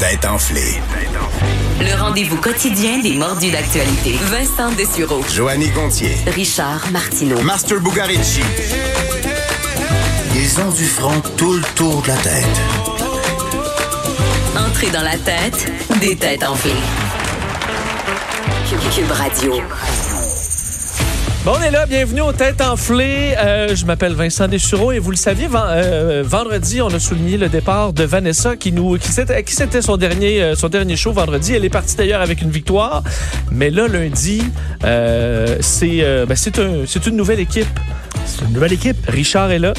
Tête enflée. Le rendez-vous quotidien des mordus d'actualité. Vincent Dessureau. Joanny Gontier. Richard Martineau. Master Bugarici. Ils ont du front tout le tour de la tête. Entrée dans la tête des têtes enflées. Cube, Cube Radio. Bon, on est là, bienvenue aux Têtes Enflées. Euh, je m'appelle Vincent Dessureau et vous le saviez, ven- euh, vendredi, on a souligné le départ de Vanessa qui nous, qui c'était, qui c'était son dernier, euh, son dernier show vendredi. Elle est partie d'ailleurs avec une victoire, mais là lundi, euh, c'est, euh, ben, c'est un- c'est une nouvelle équipe. C'est une nouvelle équipe. Richard est là.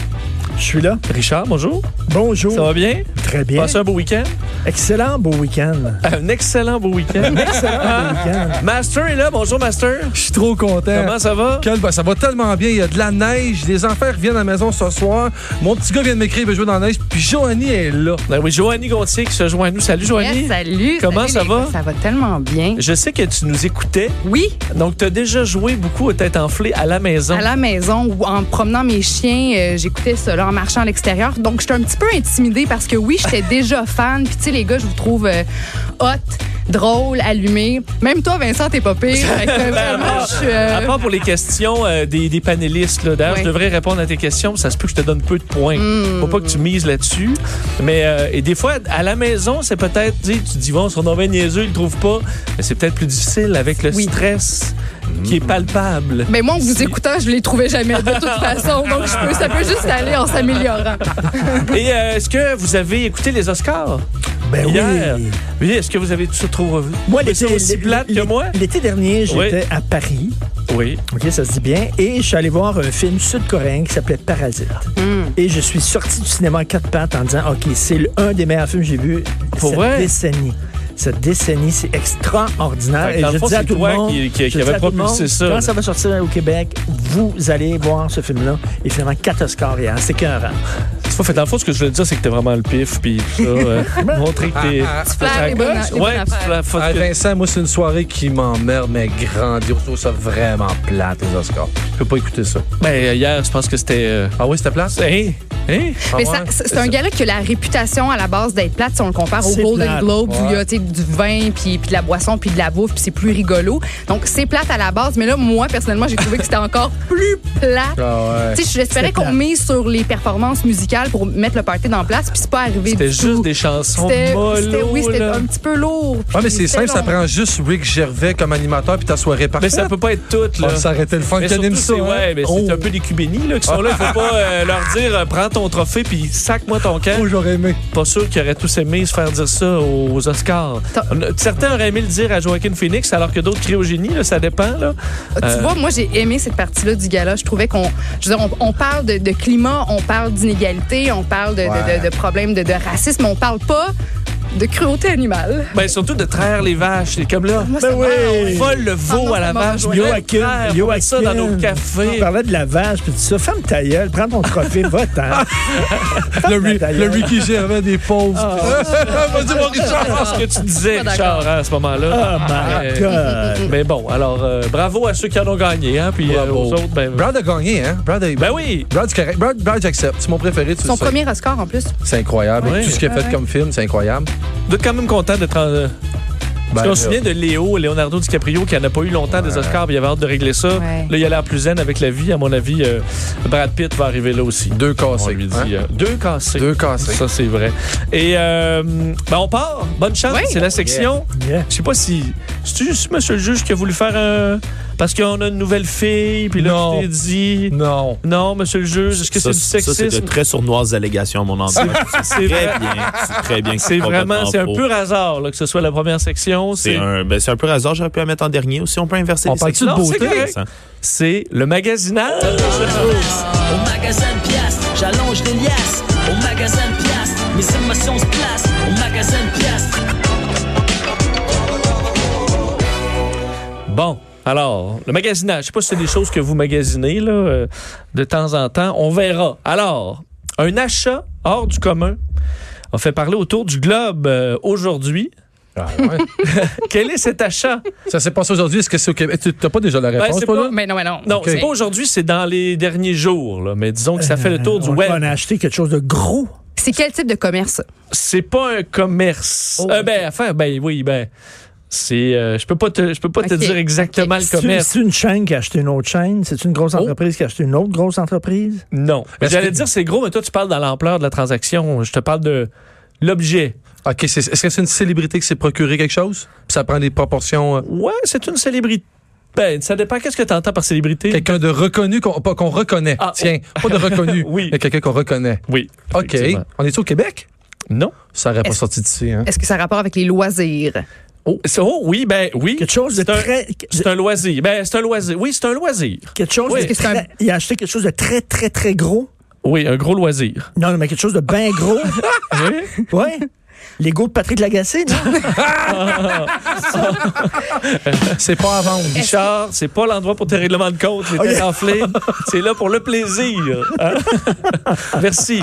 Je suis là. Richard, bonjour. Bonjour. Ça va bien? Très bien. Passez un beau week-end. Excellent beau week-end. Un excellent beau week-end. Excellent beau week-end. Master est là, bonjour Master. Je suis trop content. Comment ça va? Quel- ben, ça va tellement bien. Il y a de la neige. Les enfants reviennent à la maison ce soir. Mon petit gars vient de m'écrire, il veut jouer dans la neige. Puis Joanie est là. Ben oui, Joanny Gontier qui se joint à nous. Salut Joanny. Yes, salut. Comment Salut, ça les va? gars, Ça va tellement bien. Je sais que tu nous écoutais. Oui, Donc, tu as déjà joué beaucoup aux têtes enflées à la maison. à la maison ou en promenant mes chiens, euh, j'écoutais ça là, en marchant à l'extérieur. Donc, j'étais un petit peu intimidée parce que oui, j'étais déjà fan. Puis, tu sais, les gars, je vous trouve euh, hot, drôle, allumé. Même toi, Vincent, t'es pas pire. Fait que Ah, vraiment, je suis, euh, À part pour les questions euh, des, des panélistes, là. d'ailleurs, Ouais. Hmm. je devrais répondre à tes questions, mais ça se peut que je te donne peu de points. Faut pas que tu mises là-dessus. Mais euh, et des fois, à la maison, c'est peut-être, tu sais, tu te dis, bon, son nom est niaiseux, il le trouve pas. Mais c'est peut-être plus difficile avec le Oui. stress qui est palpable. Mais ben, moi, en vous Si. écoutant, je les trouvais jamais de toute façon. Donc, je peux, ça peut juste aller en s'améliorant. Et euh, est-ce que vous avez écouté les Oscars Ben hier? oui. Oui, est-ce que vous avez tout trop revu? Moi, Mais c'est aussi l'é- plate que l'é- moi? L'été dernier, j'étais Oui. à Paris. Oui. OK, ça se dit bien. Et je suis allé voir un film sud-coréen qui s'appelait Parasite. Et je suis sorti du cinéma en quatre pattes en disant OK, c'est le- un des meilleurs films que j'ai vu Pour cette vrai? décennie. Cette décennie, c'est extraordinaire. Fait que dans le je fond, dis à c'est tout le toi monde, qui- qui- je qui dis avait à tout le monde, propulsé ça, là. Quand ça va sortir au Québec, vous allez voir ce film-là. Et finalement, quatre Oscars hier. C'est qu'un rang. Tu vois, fait, dans le fond, ce que je voulais dire, c'est que t'es vraiment le pif, puis tout ça. euh, montrer que t'es. Tu flaires les bonnes- les bonnes Ouais, tu affaires. flaires- faut Ah, que- Vincent, moi, c'est une soirée qui m'emmerde, mais grandiose. Je trouve ça vraiment plate, les Oscars. Je peux pas écouter ça. Ben, euh, hier, je pense que c'était. euh, Ah oui, c'était plate? Hein? Hein? Ah ouais? Mais ça, c'est c'est un gala qui a la réputation à la base d'être plate si on le compare au C'est Golden plate. Globe où il y a Ouais. tu sais, du vin, puis, puis de la boisson, puis de la bouffe, puis c'est plus rigolo. Donc c'est plate à la base, mais là, moi, personnellement, j'ai trouvé que c'était encore plus plate. Ah ouais. Tu sais, j'espérais C'était plate. qu'on mise sur les performances musicales pour mettre le party dans place, puis c'est pas arrivé C'était du juste tout. des chansons C'était- c'était- mollo, Oui, c'était là. un petit peu lourd. Ouais, Ah, mais puis c'est c'était simple, ça long. prend juste Rick Gervais comme animateur, puis ta soirée Mais parfaite. ça peut pas être tout, On là. s'arrêtait le fun. Mais T'animes surtout, ça, c'est- hein? ouais, mais c'est Oh. un peu des cubénis là, qui sont là. Faut pas euh, leur dire euh, prends ton trophée puis sac-moi ton camp. Oh, j'aurais aimé. Pas sûr qu'ils auraient tous aimé se faire dire ça aux Oscars. T'as- On a- Certains auraient aimé le dire à Joaquin Phoenix, alors que d'autres crient au génie, là, ça dépend. Là. Tu Euh, vois, moi, j'ai aimé cette partie-là du gala. Je trouvais qu'on je veux dire, on, on parle de, de climat, on parle d'inégalité, on parle de, de- Ouais. de- de problèmes de, de racisme, on parle pas de cruauté animale. Ben, surtout de traire les vaches, c'est comme là. Moi, Ben ça m'a- oui. vole le Ah veau non, à la ça m'a vache. rejoint. Joachim, Joachim, Joachim. ça dans nos On cafés. parlait de la vache, puis tout ça. Ferme ta gueule, prends ton trophée, Ah, va-t'en. Le, Ferme Ri- ta le gueule. Ricky Gervais des pauvres. Ah. Vas-y, mon Richard. Oh, C'est ce que tu disais, Pas Richard, hein, à ce moment-là. Oh my Euh, God. mais bon, alors, euh, bravo à ceux qui en ont gagné, hein, puis euh, Bravo. aux autres, ben, Brad a gagné, hein? Brad, a... ben oui. Brad, c'est correct. Brad, Brad, j'accepte. C'est mon préféré, tu Son le sais. premier Oscar, en plus. C'est incroyable. Ouais. Tout ce qu'il a fait Ouais. comme film, c'est incroyable. Vous êtes quand même content d'être en. euh, parce Ben, qu'on se souvient de Léo, Leonardo DiCaprio, qui en a pas eu longtemps des Oscars, puis il avait hâte de régler ça. Ouais. Là, il a l'air plus zen avec la vie. À mon avis, euh, Brad Pitt va arriver là aussi. Deux On cassés. lui dit, hein? euh, deux cassés. Deux cassés. Ça, c'est vrai. Et euh, ben, on part. Bonne chance. Oui. C'est la section. Yeah. Je sais pas si. C'est juste monsieur le juge qui a voulu faire un. Parce qu'on a une nouvelle fille, puis là, Non. tu t'es dit. Non. Non, monsieur le juge, est-ce que c'est Ça, du Ça, c'est de sexisme? très sournoises allégations à mon endroit. C'est très vrai- bien. C'est très bien. c'est vraiment, c'est un complètement faux. pur hasard là, que ce soit la première section. C'est C'est un, ben, c'est un peu hasard, j'aurais pu la mettre en dernier aussi. On peut inverser On les parle-tu de sections. beauté? Non, c'est correct. c'est le magasinage. Au magasin de piastres, j'allonge les liasses. Au magasin de piastres, mes émotions se placent. Au magasin de piastres. Bon. Alors, le magasinage, je sais pas si c'est des choses que vous magasinez là, euh, de temps en temps. On verra. Alors, un achat hors du commun. On fait parler autour du globe euh, aujourd'hui. Ah euh, ouais. Quel est cet achat? ça s'est passé aujourd'hui. Est-ce que c'est au Québec? Tu n'as pas déjà la réponse, Ben, c'est toi, pas- là? Mais non, mais non. Non, Ok. c'est pas aujourd'hui, c'est dans les derniers jours. là, Mais disons que ça fait le tour du Euh, On, web. on a acheté quelque chose de gros. C'est quel type de commerce? C'est pas un commerce. Oh, Euh, ben, enfin, ben oui, ben. C'est, euh, je peux pas te, je peux pas te Ok, dire exactement ok. le C'est commerce. Oh. c'est une chaîne qui a acheté une autre chaîne? C'est une grosse entreprise qui a acheté une autre grosse entreprise? Non. Est-ce J'allais que- dire c'est gros, mais toi tu parles dans l'ampleur de la transaction. Je te parle de l'objet. OK, c'est- est-ce que c'est une célébrité qui s'est procuré quelque chose? Puis ça prend des proportions. euh, Ouais, c'est une célébrité. Ben, ça dépend. Qu'est-ce que tu entends par célébrité? quelqu'un de reconnu, qu'on pas qu'on reconnaît. Ah, Tiens, pas de reconnu, Oui. mais quelqu'un qu'on reconnaît. Oui. OK. effectivement. On est au Québec? Non. Ça aurait pas Est-ce- sorti d'ici, hein? Est-ce que ça a rapport avec les loisirs? Oh, c'est- oh, oui, ben oui. Quelque chose de C'est un- très. C'est un loisir. Ben, c'est un loisir. Oui, c'est un loisir. Quelque chose Oui. de Est-ce que c'est un- très- Il a acheté quelque chose de très, très, très gros. Oui, un gros loisir. Non, non, mais quelque chose de bien gros. Oui. Ouais. L'ego de Patrick Lagacé, non? C'est pas à vendre. Richard, c'est pas l'endroit pour tes règlements de compte, les têtes enflées. C'est là pour le plaisir. hein? Merci.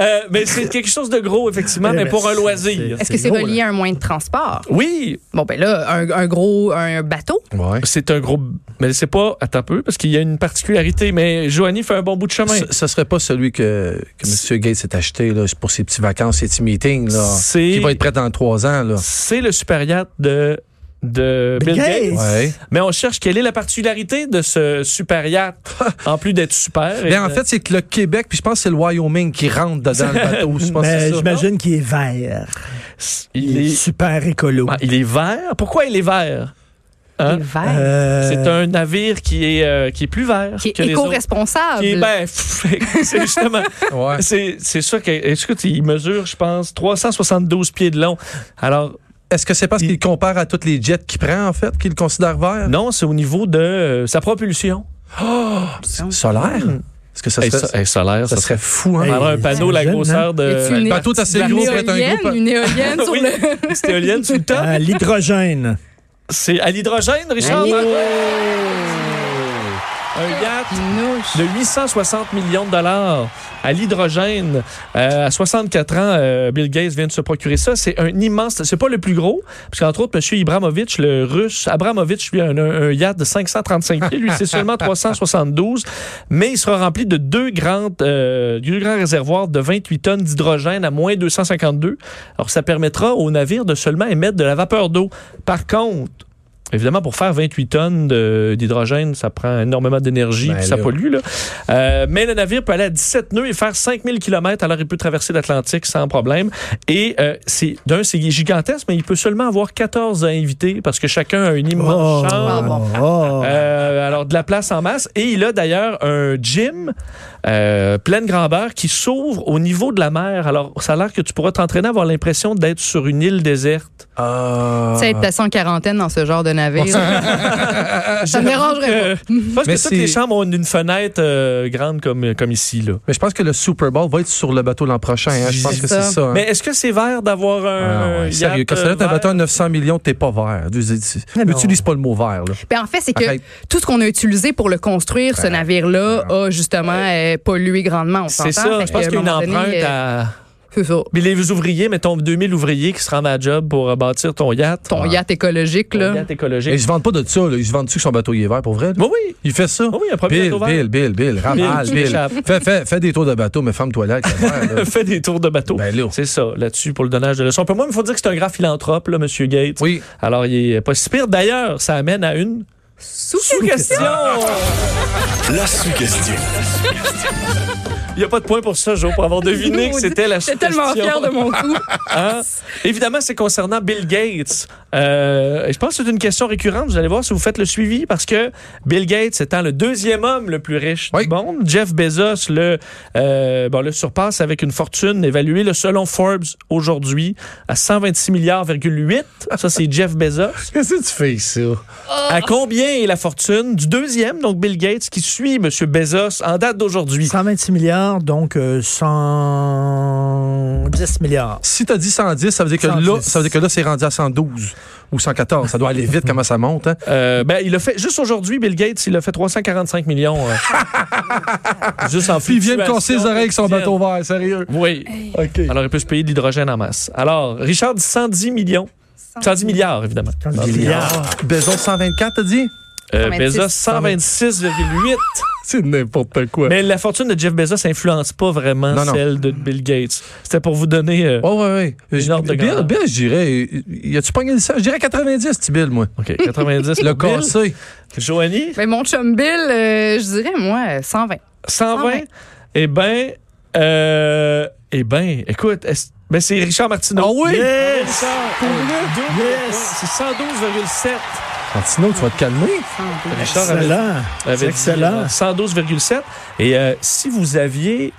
Euh, mais c'est quelque chose de gros, effectivement, Eh mais ben, pour un c'est- loisir. Est-ce que c'est relié à un moyen de transport? Oui, Bon, ben là, un, un gros un bateau. Ouais. c'est un gros. Mais c'est pas. Attends un peu, parce qu'il y a une particularité. Mais Joanie fait un bon bout de chemin. Ce, ce serait pas celui que, que M. Gates s'est acheté là, pour ses petites vacances, ses petits meetings, là, C'est- qui va être prêt dans trois ans. Là. C'est le supérieur de, de Bill Gates. Gates. Ouais. Mais on cherche quelle est la particularité de ce supérieur, en plus d'être super. Bien, Ben, en fait, c'est que le Québec, puis je pense que c'est le Wyoming qui rentre dedans le bateau. Je pense que c'est Mais ça. j'imagine qu'il est vert. il Il est est, super écolo. Ah, il est vert. Pourquoi il est vert? Hein? Les verts. Euh, C'est un navire qui est, euh, qui est plus vert qui est que les autres. éco-responsable. Qui est, ben, c'est justement. Ouais. C'est c'est ça que. Est-ce que tu il mesure, je pense, 372 pieds de long? Alors, Est-ce que c'est parce qu'il compare à tous les jets qu'il prend, en fait, qu'il le considère vert? non, c'est au niveau de euh, sa propulsion. Solaire? Est-ce que ça Hey, serait, Hmm. Eh, ça- hey, solaire, ça serait fou, hein? On aurait un panneau la Imagine, grosseur Euh, de. Y a-t-il la- une, bateau, t'as assez une gros pour être un éolienne, groupe. une éolienne sur Oui, le... Cette éolienne sur le top. euh, L'hydrogène. C'est à l'hydrogène, Richard. hein? Allez. Un yacht de 860 millions de dollars à l'hydrogène. Euh, à 64 ans, euh, Bill Gates vient de se procurer ça. C'est un immense. C'est pas le plus gros, parce qu'entre autres, M. Ibramovich, le russe, Abramovich, lui, a un, un yacht de 535 pieds. Lui, c'est seulement 372, mais il sera rempli de deux, grandes, euh, deux grands réservoirs de 28 tonnes d'hydrogène à moins 252. Alors, ça permettra au navire de seulement émettre de la vapeur d'eau. Par contre, Évidemment, pour faire 28 tonnes de- d'hydrogène, ça prend énormément d'énergie, Ben puis ça là. pollue. Là. Euh, mais le navire peut aller à 17 nœuds et faire 5000 km, alors il peut traverser l'Atlantique sans problème. Et euh, c'est d'un, c'est gigantesque, mais il peut seulement avoir 14 invités parce que chacun a une immense Oh, chambre. oh. Euh, alors, de la place en masse. Et il a d'ailleurs un gym euh, plein de grandeur qui s'ouvre au niveau de la mer. Alors, ça a l'air que tu pourras t'entraîner à avoir l'impression d'être sur une île déserte. Ah. Tu sais, être placé en quarantaine dans ce genre de navire. ça me dérangerait Euh, pas. parce Mais que toutes les c'est- chambres ont une fenêtre euh, grande comme, comme ici. Là. Mais je pense que le Super Bowl va être sur le bateau l'an prochain. hein. Je C'est pense que c'est ça. ça. hein. Mais euh, est-ce que c'est vert d'avoir Ah un. ouais, sérieux, yacht, quand ça euh, un vert? bateau à 900 millions, t'es pas vert. N'utilise pas le mot vert. Là. Ben, en fait, c'est que Arrête. tout ce qu'on a utilisé pour le construire, ce navire-là, a justement euh, pollué grandement. on C'est s'entend. ça. Fait Je pense qu'à qu'il y a un une moment donné, empreinte euh, à. C'est ça. Mais les ouvriers, mettons 2000 ouvriers qui se rendent à la job pour euh, bâtir ton yacht. Ah, Ton yacht écologique, Ton là. yacht écologique. Et ils se vendent pas de ça. Là. Ils se vendent-tu que son bateau il est vert pour vrai? là? Oui, oui. Il fait ça. Oui, un premier Bill, bateau vert. Bill, Bill, Bill, Ramal, tu Bill. m'échappes. Fais, fais, fais des tours de bateau, mais ferme-toi là. avec la mer, là. fait des tours de bateau. Ben, là. c'est ça, là-dessus, pour le donnage de leçons. Puis Moi, il faut dire que c'est un grand philanthrope, là, M. Gates. oui. Alors, il est pas si pire. D'ailleurs, ça amène à une sous-question. La sous-question. Il n'y a pas de point pour ça, Jo, pour avoir deviné que c'était la J'étais sous-question. tellement fière de mon coup. Hein? Évidemment, c'est concernant Bill Gates. Euh, et je pense que c'est une question récurrente. Vous allez voir si vous faites le suivi parce que Bill Gates étant le deuxième homme le plus riche Oui. du monde, Jeff Bezos le, euh, bon, le surpasse avec une fortune évaluée le selon Forbes aujourd'hui à 126 milliards,8. Ça, c'est Jeff Bezos. Qu'est-ce que tu fais ici? À combien est la fortune du deuxième, donc Bill Gates, qui suit M. Bezos en date d'aujourd'hui? 126 milliards, donc euh, 110 milliards. Si t'as dit 110, ça veut dire que 110. là, ça veut dire que là, c'est rendu à 112 ou 114. Ça doit aller vite comment ça monte. Hein? Euh, ben, il a fait, juste aujourd'hui, Bill Gates, il a fait 345 millions. euh, juste en Puis il vient me fluctuation casser les oreilles avec son quotidienne. bateau vert, sérieux. Oui. Alors, il peut se payer de l'hydrogène en masse. Alors, Richard dit 110 millions. 110 milliards, évidemment. Ah, 110 milliards. Bezos 124, t'as dit? Euh, 126. Bezos, 126,8. C'est n'importe quoi. Mais la fortune de Jeff Bezos n'influence pas vraiment Non, non. celle de Bill Gates. C'était pour vous donner. euh, Oh, ouais, ouais. Une Je- ordre de Bill, grandeur. Bill, je dirais. Y a-tu pogné le sang? Je dirais 90, petit Bill, moi. OK, 90. Le pour Bill. cassé. Joanie, Ben, mon chum Bill, euh, je dirais, moi, 120. 120. 120. Eh bien, eh ben, écoute, est-ce- ben c'est Richard Martineau. Ah oui? Yes! Pour vrai? Yes! C'est 112,7. Martino, tu vas te calmer. Richard avait- Excellent. avait dit, Excellent. euh, 112,7. Et euh, si vous aviez,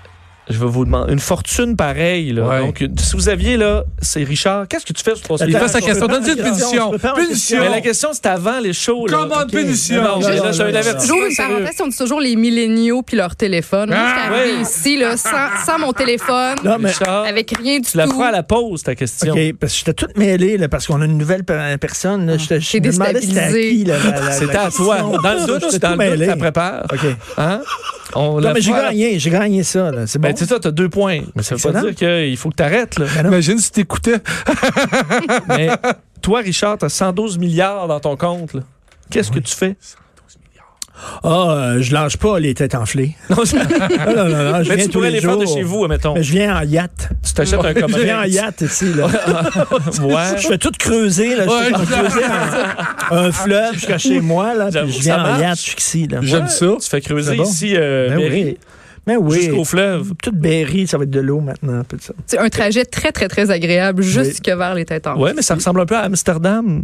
je vais vous demander, une fortune pareille, là, Ouais. donc si vous aviez, là, c'est Richard, qu'est-ce que tu fais sur ton Il Attends, fait sa on question. peut faire Donne-lui une une question, punition. on peut faire une Punition. question. Mais la question, c'est avant les shows. là. Commande OK. punition. Non, Non, je- non, là, je non, l'avais non. averti. J'ouvre une Sérieux. parenthèse, on dit toujours les milléniaux puis leur téléphone. Moi, Ah, j'étais arrivée oui. ici, là, sans, sans mon téléphone, Non, mais. Richard, avec rien du tu la tout. feras à la pause, ta question. OK, parce que j'étais toute mêlée, là, parce qu'on a une nouvelle pe- personne. Là, j'étais- je T'es me demandais c'était à déstabilisé. qui, là, la- la- la C'était à question. toi. Dans le doute, J'étais dans tout le doute, mêlé. ça prépare. OK. Hein? On Non, la mais j'ai voit. gagné, j'ai gagné ça. là. C'est bon. Ben, tu sais, toi, t'as deux points. Mais ça veut pas Excellent. dire qu'il faut que t'arrêtes, là. Ah Non. Imagine si t'écoutais. Mais toi, Richard, t'as 112 milliards dans ton compte, là. Qu'est-ce que tu fais? Ah, euh, je lâche pas les têtes enflées. Non, je- Non, non, non, non, je mais viens tu tous pourrais les, les jours. faire de chez vous, admettons. Mais je viens en yacht. Tu t'achètes un Je viens en commandant. yacht ici, là. Je Ouais. fais tout creuser, là. Je fais tout creuser un, un fleuve jusqu'à chez moi, là. Ah. J'avoue, Puis je viens ça en marche. yacht jusqu'ici, là. J'aime ça. Tu fais creuser C'est bon. ici, euh, Ben Berry, oui. Mais oui. jusqu'au fleuve. Toute Berry, ça va être de l'eau maintenant. puis ça. C'est un trajet très, très, très agréable jusque vers les têtes en Ouais, mais ça ressemble un peu à Amsterdam.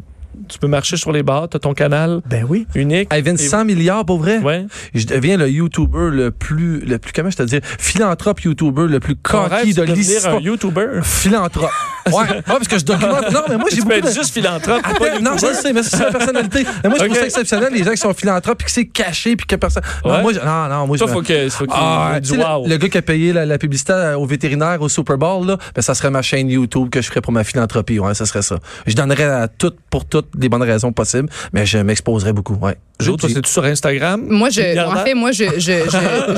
Tu peux marcher sur les bars, t'as ton canal Ben oui. unique. Hey, Vince, 100 milliards, pour vrai. Ouais. Je deviens le YouTuber le plus, le plus, comment je te dis, philanthrope YouTuber le plus Ton rêve, coquille c'est de devenir un l'histoire. YouTuber. Philanthrope. Ouais. ouais, parce que je documente. Non, mais moi, j'ai Tu beaucoup peux être de... juste philanthrope. pas Attends, non, je le sais, mais c'est ça la personnalité. Mais moi, je trouve Ok. ça exceptionnel, les gens qui sont philanthropes et qui c'est caché puis que personne. Ouais. Non, moi, je- non, non, moi, je. Toi, faut que, faut que Ah, du tu sais, le- wow. le, gars qui a payé la, la publicité à- au vétérinaire au Super Bowl, là, ben, ça serait ma chaîne YouTube que je ferais pour ma philanthropie. Ouais, ça serait ça. Je donnerais à toutes, pour toutes, les bonnes raisons possibles, mais je m'exposerais beaucoup. Ouais. Jo, toi, J'ai- c'est-tu sur Instagram? Moi, je, Milliardaire? en fait, moi, je, je-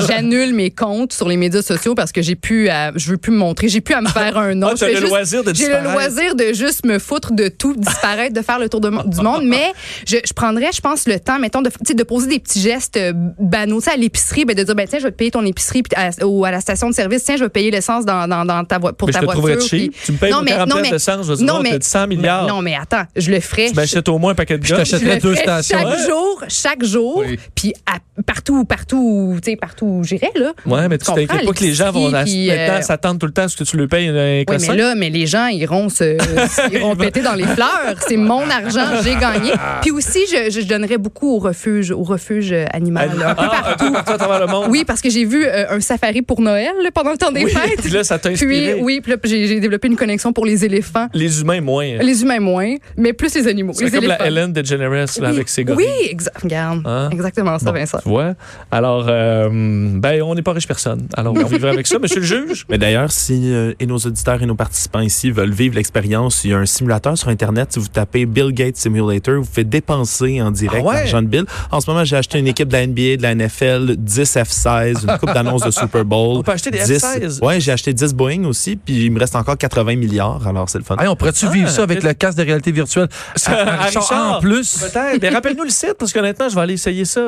je- j'annule mes comptes sur les médias sociaux parce que j'ai plus à, je veux plus me montrer, j'ai plus à me faire un nom. Ah, Je t'as fais le juste- loisir de J'ai le disparaître. loisir de juste me foutre de tout, disparaître, de faire le tour de mon- du monde. Mais je, je prendrais, je pense, le temps, mettons, de, tu sais, de poser des petits gestes euh, banaux. Tu sais, à l'épicerie, ben, de dire, ben, tiens, je vais te payer ton épicerie puis à, ou à la station de service, tiens, je vais payer l'essence dans, dans, dans ta voie- pour Mais je ta te voiture. trouverais cheap. puis- Tu me payes Non, pour mais- 40 non, pièces de mais- sens, je vais te dire, non, oh, mais- t'as dit 100 milliards. Non, mais attends, je le ferais. Tu m'achètes au moins un paquet de Je gars. t'achète- Je le J'achèterais deux fais stations. Chaque Ouais. jour, chaque jour, Oui. puis à- partout, partout, tu sais, partout où j'irais, là. Ouais, mais tu Tu t'inquiètes comprends, pas que les gens vont l'épicerie, ass- puis, maintenant euh, s'attendre tout le temps à ce que tu leur payes un Oui, cossin. mais là, mais les gens iront se iront péter dans les fleurs. C'est mon argent, j'ai gagné. Ah. Puis aussi, je, je donnerais beaucoup au refuge, au refuge euh, animal. là, un peu Ah, partout. partout à travers le monde. Oui, parce que j'ai vu euh, un safari pour Noël là, pendant le temps des Oui, fêtes. puis là, ça t'a Puis, inspiré. oui, puis là, j'ai j'ai développé une connexion pour les éléphants. Les humains, moins. hein. Les humains moins, mais plus les animaux. C'est les comme éléphants. la Hélène DeGeneres là, Oui, avec ses gars. Oui, exa- regarde. Hein? Exactement ça, Vincent. Tu vois? Alors, euh, ben, on n'est pas riche personne. Alors, on vivra avec ça. Monsieur le juge, Mais d'ailleurs, si euh, et nos auditeurs et nos participants ici veulent vivre l'expérience, il y a un simulateur sur Internet. Si vous tapez Bill Gates Simulator, vous faites dépenser en direct Ah ouais? l'argent de Bill. En ce moment, j'ai acheté une équipe de la NBA, de la NFL, 10 F-16, une coupe d'annonces de Super Bowl. On peut acheter des 10 F-16? Ouais, j'ai acheté 10 Boeing aussi, puis il me reste encore 80 milliards, alors c'est le fun. Hey, on pourrait-tu vivre ça avec peut-être- le casque de réalité virtuelle? À- à à Richard, Ah, Richard. en plus. peut-être. Mais rappelle-nous le site, parce que honnêtement, je vais aller essayer ça.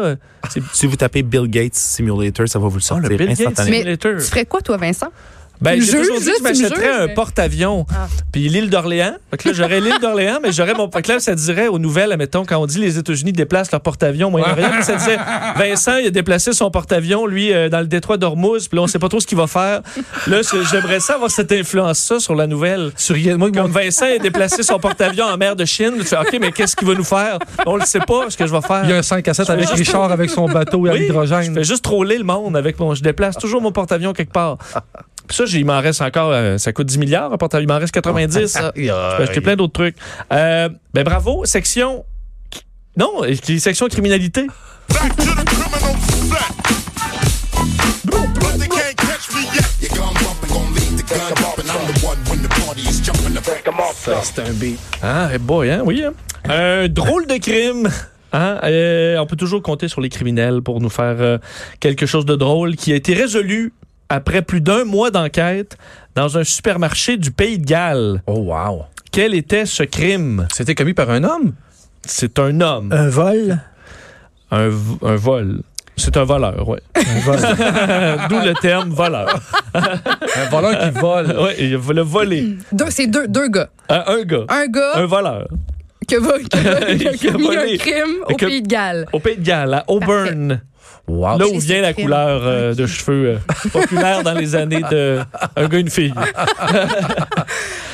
C'est Si vous tapez Bill Gates Simulator, ça va vous le Oh, le sortir Bill Gates instantanément. Mais Simulator. tu ferais quoi, toi, Vincent? Ben, Tu j'ai me toujours juges, dit que je là, tu me m'achèterais un juges, mais- porte-avions. Ah. Puis l'île d'Orléans. Fait que là, j'aurais l'île d'Orléans, mais j'aurais mon. Fait que là, ça dirait aux nouvelles, admettons, quand on dit les États-Unis déplacent leur porte-avions au Moyen-Orient, puis ça disait Vincent, il a déplacé son porte-avions, lui, euh, dans le détroit d'Ormuz, puis là, on sait pas trop ce qu'il va faire. Là, c'est- j'aimerais ça avoir cette influence-là sur la nouvelle. Tu riais de moi que mon Comme Vincent a déplacé son porte-avions en mer de Chine, tu fais OK, mais qu'est-ce qu'il va nous faire? On le sait pas, ce que je vais faire. Il y a un 5 à 7 avec Richard avec son bateau et à Oui, Je l'hydrogène. fais juste troller le monde avec mon. Je déplace toujours mon porte-avions quelque part. Puis ça, j'ai- il m'en reste encore. euh, ça coûte 10 milliards, un porte-avions. Il m'en reste 90. Je Il y a- peux acheter plein d'autres trucs. Euh, ben bravo, section. Non, euh, qui- section criminalité. Ah, eh boy, hein, oui. hein. Un drôle de crime. Hein, euh, on peut toujours compter sur les criminels pour nous faire euh, quelque chose de drôle qui a été résolu après plus d'un mois d'enquête dans un supermarché du Pays de Galles. Oh, wow. Quel était ce crime? C'était commis par un homme? C'est un homme. Un vol. un, v- un vol. C'est un voleur, oui. D'où le terme voleur. Un voleur qui vole. Oui, il va le voler. Deux- c'est deux, deux gars. Un- un gars. Un gars Un voleur. qui a, qui a- qui a Qui a commis volé. un crime au Que- Pays de Galles. Au Pays de Galles, à Auburn. Wow. Là C'est où vient la crime. couleur euh, de cheveux euh, populaire dans les années de un gars, une fille.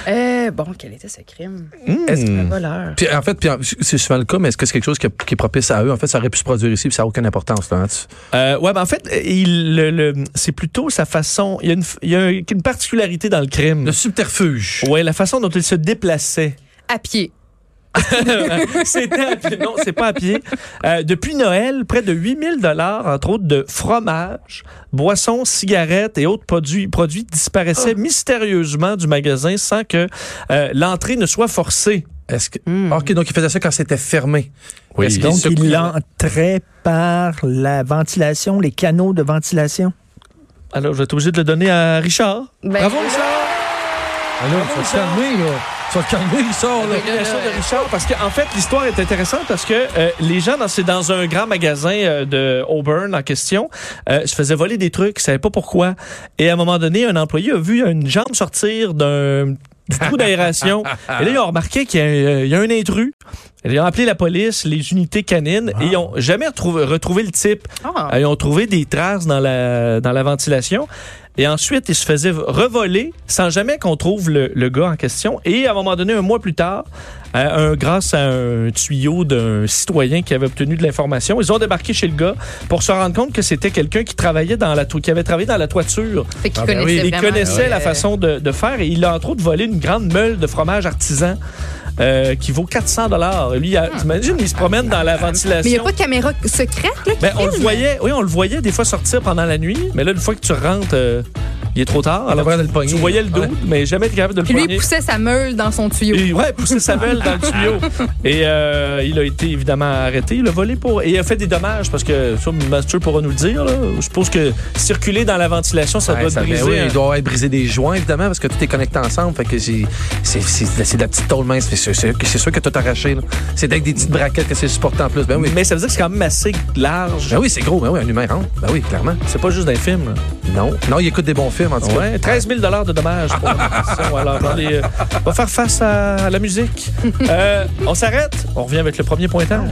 Euh, bon, quel était ce crime? Hmm. Un voleur. Puis, en fait, puis, en- c'est souvent le cas, mais est-ce que c'est quelque chose qui, qui est propice à eux? En fait, ça aurait pu se produire ici, puis ça n'a aucune importance. là, hein, tu- Euh, ouais, ben en fait, il, le- le- c'est plutôt sa façon. Il y a une, f- il y a une particularité dans le crime. Le subterfuge. Ouais, la façon dont il se déplaçait. À pied. C'était à pied. Non, c'est pas à pied. Euh, depuis Noël, près de 8000 dollars, entre autres, de fromage, boissons, cigarettes et autres produits, produits disparaissaient mystérieusement du magasin sans que euh, l'entrée ne soit forcée. Est-ce que... OK, donc il faisait ça quand c'était fermé. Oui. Est-ce qu'il Donc, se- il l'entrait par la ventilation, les canaux de ventilation. Alors, je vais être obligé de le donner à Richard. Ben, Bravo, Richard! Alors, faut te calmer, là. Faut te calmer, il sort, là. La nomination de Richard, parce qu'en fait, l'histoire est intéressante parce que euh, les gens, dans, c'est dans un grand magasin euh, de Auburn en question, euh, se faisaient voler des trucs, ils savaient pas pourquoi. Et à un moment donné, un employé a vu une jambe sortir d'un du trou d'aération. Et là, ils ont remarqué qu'il y a, euh, il y a un intrus. Ils ont appelé la police, les unités canines, et ils n'ont jamais retrouvé, retrouvé le type. ah, Euh, Ils ont trouvé des traces dans la, dans la ventilation. Et ensuite, ils se faisaient revoler sans jamais qu'on trouve le, le gars en question. Et à un moment donné, un mois plus tard, euh, un- grâce à un tuyau d'un citoyen qui avait obtenu de l'information, ils ont débarqué chez le gars pour se rendre compte que c'était quelqu'un qui travaillait dans la to- qui avait travaillé dans la toiture. fait qu'il Ah, ben oui, connaissait Il vraiment, connaissait euh, la façon de, de faire et il a entre autres volé une grande meule de fromage artisan euh, qui vaut 400 dollars. Lui, il a- t'imagines, il se promène dans la ventilation. Mais il n'y a pas de caméra secrète, là, qui Ben, on le filme? voyait, oui, on le voyait des fois sortir pendant la nuit, mais là, une fois que tu rentres, euh, il est trop tard. Alors, devrait tu, le pogner. tu voyais le dos, Ouais. mais jamais été capable de le Puis lui, il poigner. poussait sa meule dans son tuyau. Et, ouais, pousser sa meule dans le tuyau. Et euh, il a été évidemment arrêté. Il a volé pour. Et il a fait des dommages parce que, ça, Master pourra nous le dire, là. Je suppose que circuler dans la ventilation, ça Ouais, doit ça- te ben briser. oui, un- il doit être brisé des joints, évidemment, parce que tout est connecté ensemble. Fait que c'est c'est- c'est- c'est de la petite tôle mince. mais C'est c'est- c'est sûr que tout arraché. là. C'est avec des petites braquettes que c'est supporté en plus. Ben oui. Mais ça veut dire que c'est quand même assez large. Ben oui, c'est gros. Ben oui, un humain rentre. Ben oui, clairement. C'est pas juste d'un film. Non. Non, il écoute des bons films, en tout cas. Ouais, 13 000 de dommages pour la compétition. Alors, dans les, euh, on va faire face à la musique. Euh, on s'arrête. On revient avec le premier pointage.